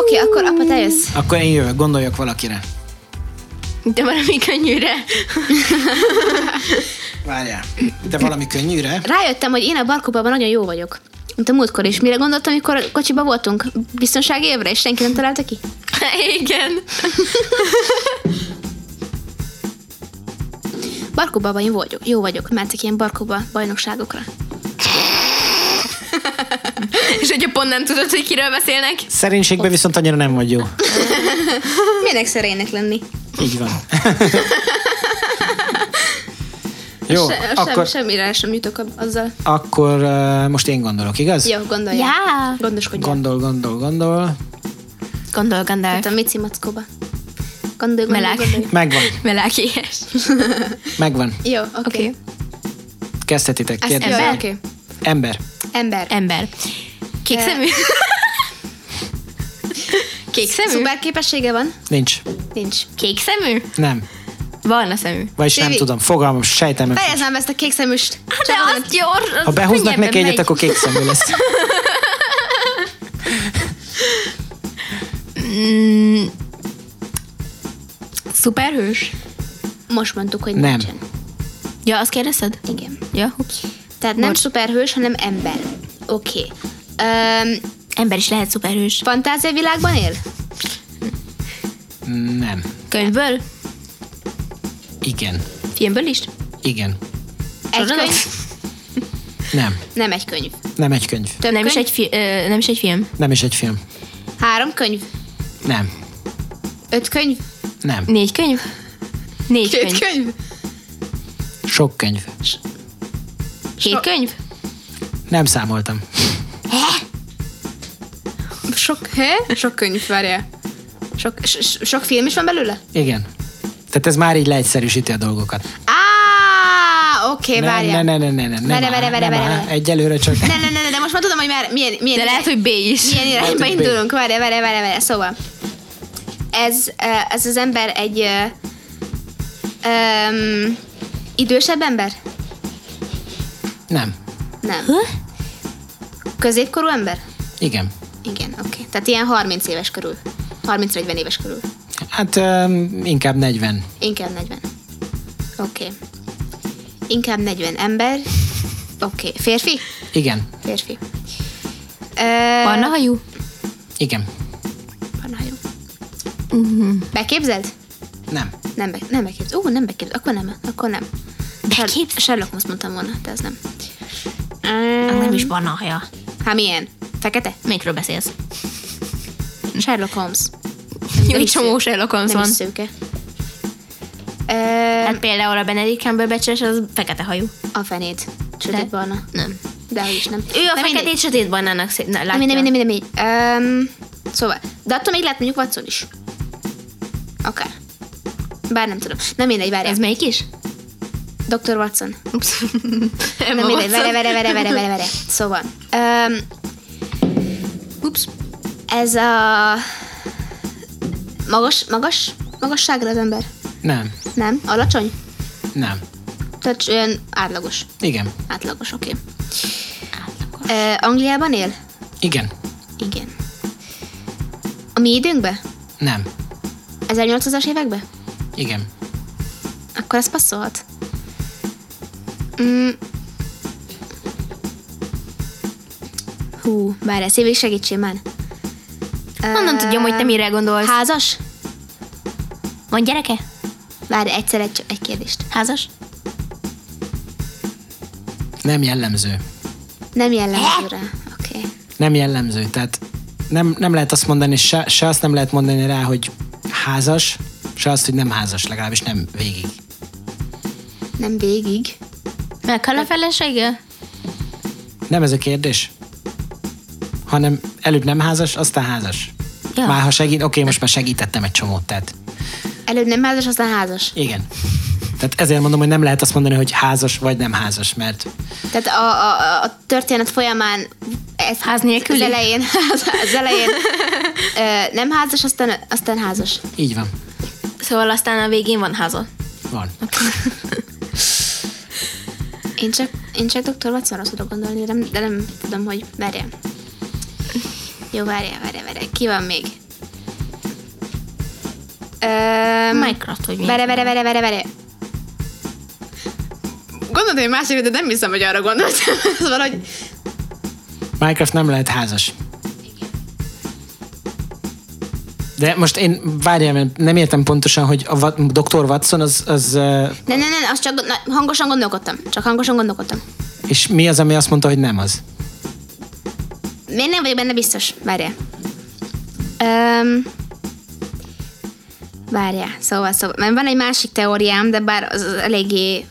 Speaker 2: Oké, okay, akkor apa, te jössz.
Speaker 1: Akkor én jövök, gondoljak valakire.
Speaker 3: De valami könnyűre.
Speaker 1: Várjál. De valami könnyűre?
Speaker 2: Rájöttem, hogy én a barkóban nagyon jó vagyok. Mint a múltkor is. Mire gondoltam, amikor a kocsiba voltunk? Biztonsági évre, és senki nem találta ki?
Speaker 3: [LAUGHS] Igen.
Speaker 2: [LAUGHS] Barkóban én vagyok, jó vagyok. Mentek ilyen barkóba bajnokságokra.
Speaker 3: [LAUGHS] És hogyha pont nem tudod, hogy kiről beszélnek.
Speaker 1: Szerénységben viszont annyira nem vagy jó.
Speaker 2: [LAUGHS] Minek szerénynek lenni?
Speaker 1: Így van. Jó,
Speaker 2: Se, sem,
Speaker 1: akkor,
Speaker 2: semmire sem jutok ab- azzal.
Speaker 1: akkor uh, most én gondolok, igaz?
Speaker 2: Jó, gondolj.
Speaker 3: Já.
Speaker 2: Gondoskodj. Gond-
Speaker 1: Gondol, gondol, gondol.
Speaker 3: Gondol, gondol.
Speaker 2: hát a Mici mackóba. Gondolj, gondolj,
Speaker 3: Meleg.
Speaker 2: gondolj.
Speaker 1: Megvan,
Speaker 3: Melákies. [LAUGHS]
Speaker 1: megvan.
Speaker 2: Jó, oké.
Speaker 3: Oké.
Speaker 2: Okay.
Speaker 1: Kezdhetitek,
Speaker 2: Jó,
Speaker 1: kérdezzük.
Speaker 2: oké.
Speaker 3: Ember?
Speaker 2: Okay.
Speaker 1: Ember.
Speaker 2: Ember.
Speaker 3: Ember. Kék
Speaker 2: Eh.
Speaker 3: szemű. Kék szemű?
Speaker 2: Szuperképessége van?
Speaker 1: Nincs.
Speaker 2: Nincs.
Speaker 3: Kék szemű?
Speaker 1: Nem.
Speaker 3: Barna szemű.
Speaker 1: Vagyis nem
Speaker 2: Szívi.
Speaker 1: tudom, fogalmam, sejtem.
Speaker 2: Fejezem ezt a kék szemüst.
Speaker 3: Hát de azt gyors. az
Speaker 1: Ha behúznak
Speaker 3: könnyebben
Speaker 1: neki egyet,
Speaker 3: megy.
Speaker 1: akkor kék szemű
Speaker 2: [LAUGHS]
Speaker 1: lesz.
Speaker 3: Mm. Szuperhős?
Speaker 2: Most mondtuk, hogy
Speaker 1: Nem.
Speaker 2: nincsen.
Speaker 3: Ja, azt kérdezted?
Speaker 2: Igen.
Speaker 3: Ja, ups.
Speaker 2: Tehát nem Bocs. szuperhős, hanem ember. Oké. Okay. Um,
Speaker 3: Ember is lehet szuperhős.
Speaker 2: fantáziavilágban él?
Speaker 1: Nem.
Speaker 3: Könyvből?
Speaker 1: Igen.
Speaker 3: Filmből is?
Speaker 1: Igen.
Speaker 2: Egy
Speaker 3: Sorozat?
Speaker 2: könyv?
Speaker 1: Nem.
Speaker 2: Nem egy könyv.
Speaker 1: Nem egy könyv.
Speaker 2: Több
Speaker 3: nem,
Speaker 2: könyv?
Speaker 3: is egy fi- ö, nem is egy film.
Speaker 1: Nem is egy film.
Speaker 2: Három könyv?
Speaker 1: Nem.
Speaker 2: Öt könyv?
Speaker 1: Nem.
Speaker 3: Négy könyv? Négy
Speaker 2: Két
Speaker 3: könyv.
Speaker 2: könyv?
Speaker 1: Sok könyv.
Speaker 3: Hét könyv?
Speaker 1: Nem számoltam.
Speaker 2: Sok, he? Sok könyv, várjál. Sok, so, sok film is van belőle?
Speaker 1: Igen. Tehát ez már így leegyszerűsíti a dolgokat.
Speaker 2: Á, oké, okay,
Speaker 1: Ne, ne,
Speaker 2: várjál.
Speaker 1: ne, ne, ne, ne,
Speaker 2: Vere,
Speaker 1: nem áll,
Speaker 2: vere, vere,
Speaker 1: nem
Speaker 2: vere,
Speaker 1: áll.
Speaker 2: vere.
Speaker 1: Egyelőre csak...
Speaker 2: Ne, ne, ne, ne, de most már tudom, hogy már milyen, milyen,
Speaker 3: De lehet, hogy B is.
Speaker 2: milyen irányba
Speaker 1: Lehet, hogy B.
Speaker 2: indulunk. Várjál, várjál, várjál, várjál. Szóval, ez, eh, ez az ember egy ö, öm, idősebb ember?
Speaker 1: Nem.
Speaker 2: Nem. Középkorú ember?
Speaker 1: Igen.
Speaker 2: Igen, oké. Okay. Tehát ilyen 30 éves körül. 30-40 éves körül.
Speaker 1: Hát um, inkább 40.
Speaker 2: Inkább 40. Oké. Okay. Inkább 40 ember. Oké. Okay. Férfi?
Speaker 1: Igen.
Speaker 2: Férfi. Ö,
Speaker 3: Barna hajú?
Speaker 1: Igen.
Speaker 2: Barna hajú.
Speaker 3: Mm-hmm.
Speaker 2: Beképzeld?
Speaker 1: Nem.
Speaker 2: Nem, be, nem beképzeld. Ó, nem beképzeld. Akkor nem. Akkor nem. Sher-
Speaker 3: Beképzeld?
Speaker 2: Sherlock most mondtam volna, de ez nem.
Speaker 3: Az
Speaker 2: Um,
Speaker 3: nem is barna haja.
Speaker 2: hát milyen? Fekete?
Speaker 3: Mikről beszélsz?
Speaker 2: Sherlock Holmes.
Speaker 3: Jó,
Speaker 2: is
Speaker 3: csomó
Speaker 2: szép.
Speaker 3: Sherlock Holmes
Speaker 2: nem
Speaker 3: van.
Speaker 2: is szőke. Ö,
Speaker 3: Hát például a Benedict Cumberbatch az fekete hajú.
Speaker 2: a fenét.
Speaker 3: De-
Speaker 2: Sötét barna.
Speaker 3: Nem.
Speaker 2: De hogy is nem.
Speaker 3: Ő a
Speaker 2: De mindegy.
Speaker 3: feketét sötét barnának szép. Na,
Speaker 2: Nem,
Speaker 3: látja.
Speaker 2: nem, nem, nem, nem. Um, szóval, de attól még lehet mondjuk Watson is. Akár. Bár nem tudom. Nem mindegy, várjál.
Speaker 3: Ez melyik is?
Speaker 2: Dr. Watson.
Speaker 3: [LAUGHS] Ups.
Speaker 2: Nem mindegy, vere, vere, vere, vere, vere, vere. Szóval, um,
Speaker 3: Ups.
Speaker 2: ez a magas, magas, magasságra az ember.
Speaker 1: Nem.
Speaker 2: Nem, alacsony.
Speaker 1: Nem.
Speaker 2: Tehát olyan átlagos.
Speaker 1: Igen.
Speaker 2: Átlagos, oké. Okay. Uh, Angliában él?
Speaker 1: Igen.
Speaker 2: Igen. A mi időnkben?
Speaker 1: Nem.
Speaker 2: 1800-as években?
Speaker 1: Igen.
Speaker 2: Akkor ez passzolhat. Mm. Hú, bár ez évig segítsél már.
Speaker 3: Honnan tudjam, hogy te mire gondolsz?
Speaker 2: Házas?
Speaker 3: Van gyereke?
Speaker 2: Várj, egyszer egy, egy kérdést.
Speaker 3: Házas?
Speaker 1: Nem jellemző.
Speaker 2: Nem jellemző rá. Oké. Okay.
Speaker 1: Nem jellemző. Tehát nem, nem lehet azt mondani, se, se azt nem lehet mondani rá, hogy házas, se azt, hogy nem házas, legalábbis nem végig.
Speaker 2: Nem végig.
Speaker 3: Meghal a felesége?
Speaker 1: Nem ez a kérdés, hanem előbb nem házas, aztán házas.
Speaker 3: Ja.
Speaker 1: Ja. Már ha segít, oké, most már segítettem egy csomót, tehát
Speaker 2: Előbb nem házas, aztán házas.
Speaker 1: igen. Tehát ezért mondom, hogy nem lehet azt mondani, hogy házas vagy nem házas, mert
Speaker 2: Tehát a, a, a- a történet folyamán ez
Speaker 3: Ház nélküli?
Speaker 2: Az elején, [LAUGHS] az elején ö, nem házas, aztán, aztán házas.
Speaker 1: így van.
Speaker 3: Szóval aztán a végén van háza.
Speaker 1: Van.
Speaker 2: Én csak, én csak Dr. Watsonra tudok gondolni, de nem, de nem tudom, hogy merjem. Jó, várjál, várjál, várjál. Ki van még? Öm,
Speaker 3: Minecraft, hogy mi?
Speaker 2: Vere, vere, vere, vere, vere. Gondoltam, hogy másik, de nem hiszem, hogy arra gondoltam. [LAUGHS] Ez valahogy...
Speaker 1: Minecraft nem lehet házas. De most én, várjál, mert nem értem pontosan, hogy a Wa- Dr. Watson az, az ö,
Speaker 2: Ne, ne, ne, azt csak gond- na, hangosan gondolkodtam. Csak hangosan gondolkodtam.
Speaker 1: és mi az, ami azt mondta, hogy nem az?
Speaker 2: Miért nem vagyok benne biztos? Várjál. Öm, várjál, szóval, szóval. Mert van egy másik teóriám, de bár az, az eléggé,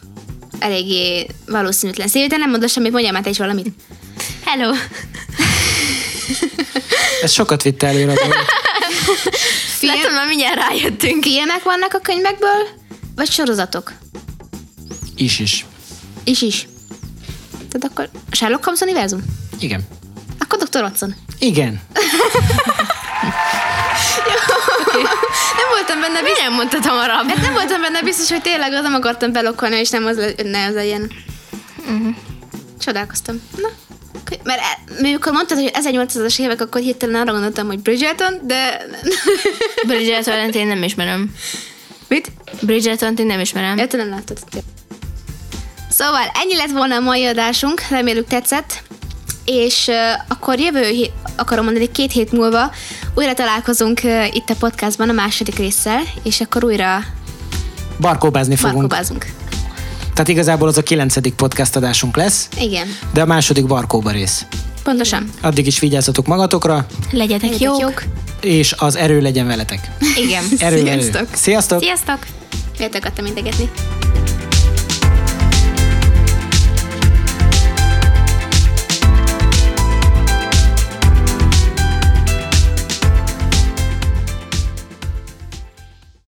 Speaker 2: eléggé valószínűtlen. Szívű, te nem mondod semmit, mondjál már te is hát valamit.
Speaker 3: Hello!
Speaker 1: Ez sokat vitte előre. a dolgot.
Speaker 2: Film,
Speaker 3: Lehet, hogy már mindjárt rájöttünk.
Speaker 2: filmek vannak a könyvekből, vagy sorozatok?
Speaker 1: Is is.
Speaker 2: Is is. Tehát akkor Sherlock Holmes univerzum?
Speaker 1: Igen.
Speaker 2: Akkor Dr. Watson.
Speaker 1: Igen.
Speaker 2: Nem voltam benne biztos.
Speaker 3: Nem mondtad hamarabb.
Speaker 2: Hát nem voltam benne biztos, hogy tényleg az nem akartam belokkolni, és nem az, le, ne az legyen. Uh-huh. Csodálkoztam. Na, oké. mert e- amikor mondtad, hogy 1800-as évek, akkor hirtelen arra gondoltam, hogy Bridgerton, de...
Speaker 3: Bridget Valent én nem ismerem.
Speaker 2: Mit?
Speaker 3: Bridget én nem ismerem.
Speaker 2: Ja, te nem láttad. Szóval ennyi lett volna a mai adásunk, reméljük tetszett, és uh, akkor jövő, hé- akarom mondani, két hét múlva újra találkozunk uh, itt a podcastban a második résszel, és akkor újra
Speaker 1: Barkóbázni fogunk.
Speaker 2: markobázunk.
Speaker 1: Tehát igazából az a kilencedik podcast adásunk lesz,
Speaker 2: Igen,
Speaker 1: de a második barkóba rész.
Speaker 2: pontosan.
Speaker 1: Addig is vigyázzatok magatokra,
Speaker 3: Legyetek
Speaker 2: Legyetek
Speaker 3: jók.
Speaker 2: jók.
Speaker 1: és az erő legyen veletek.
Speaker 3: Igen.
Speaker 1: Erő,
Speaker 2: Sziasztok.
Speaker 1: Erő. Sziasztok!
Speaker 3: Sziasztok!
Speaker 2: Miért akartam integetni?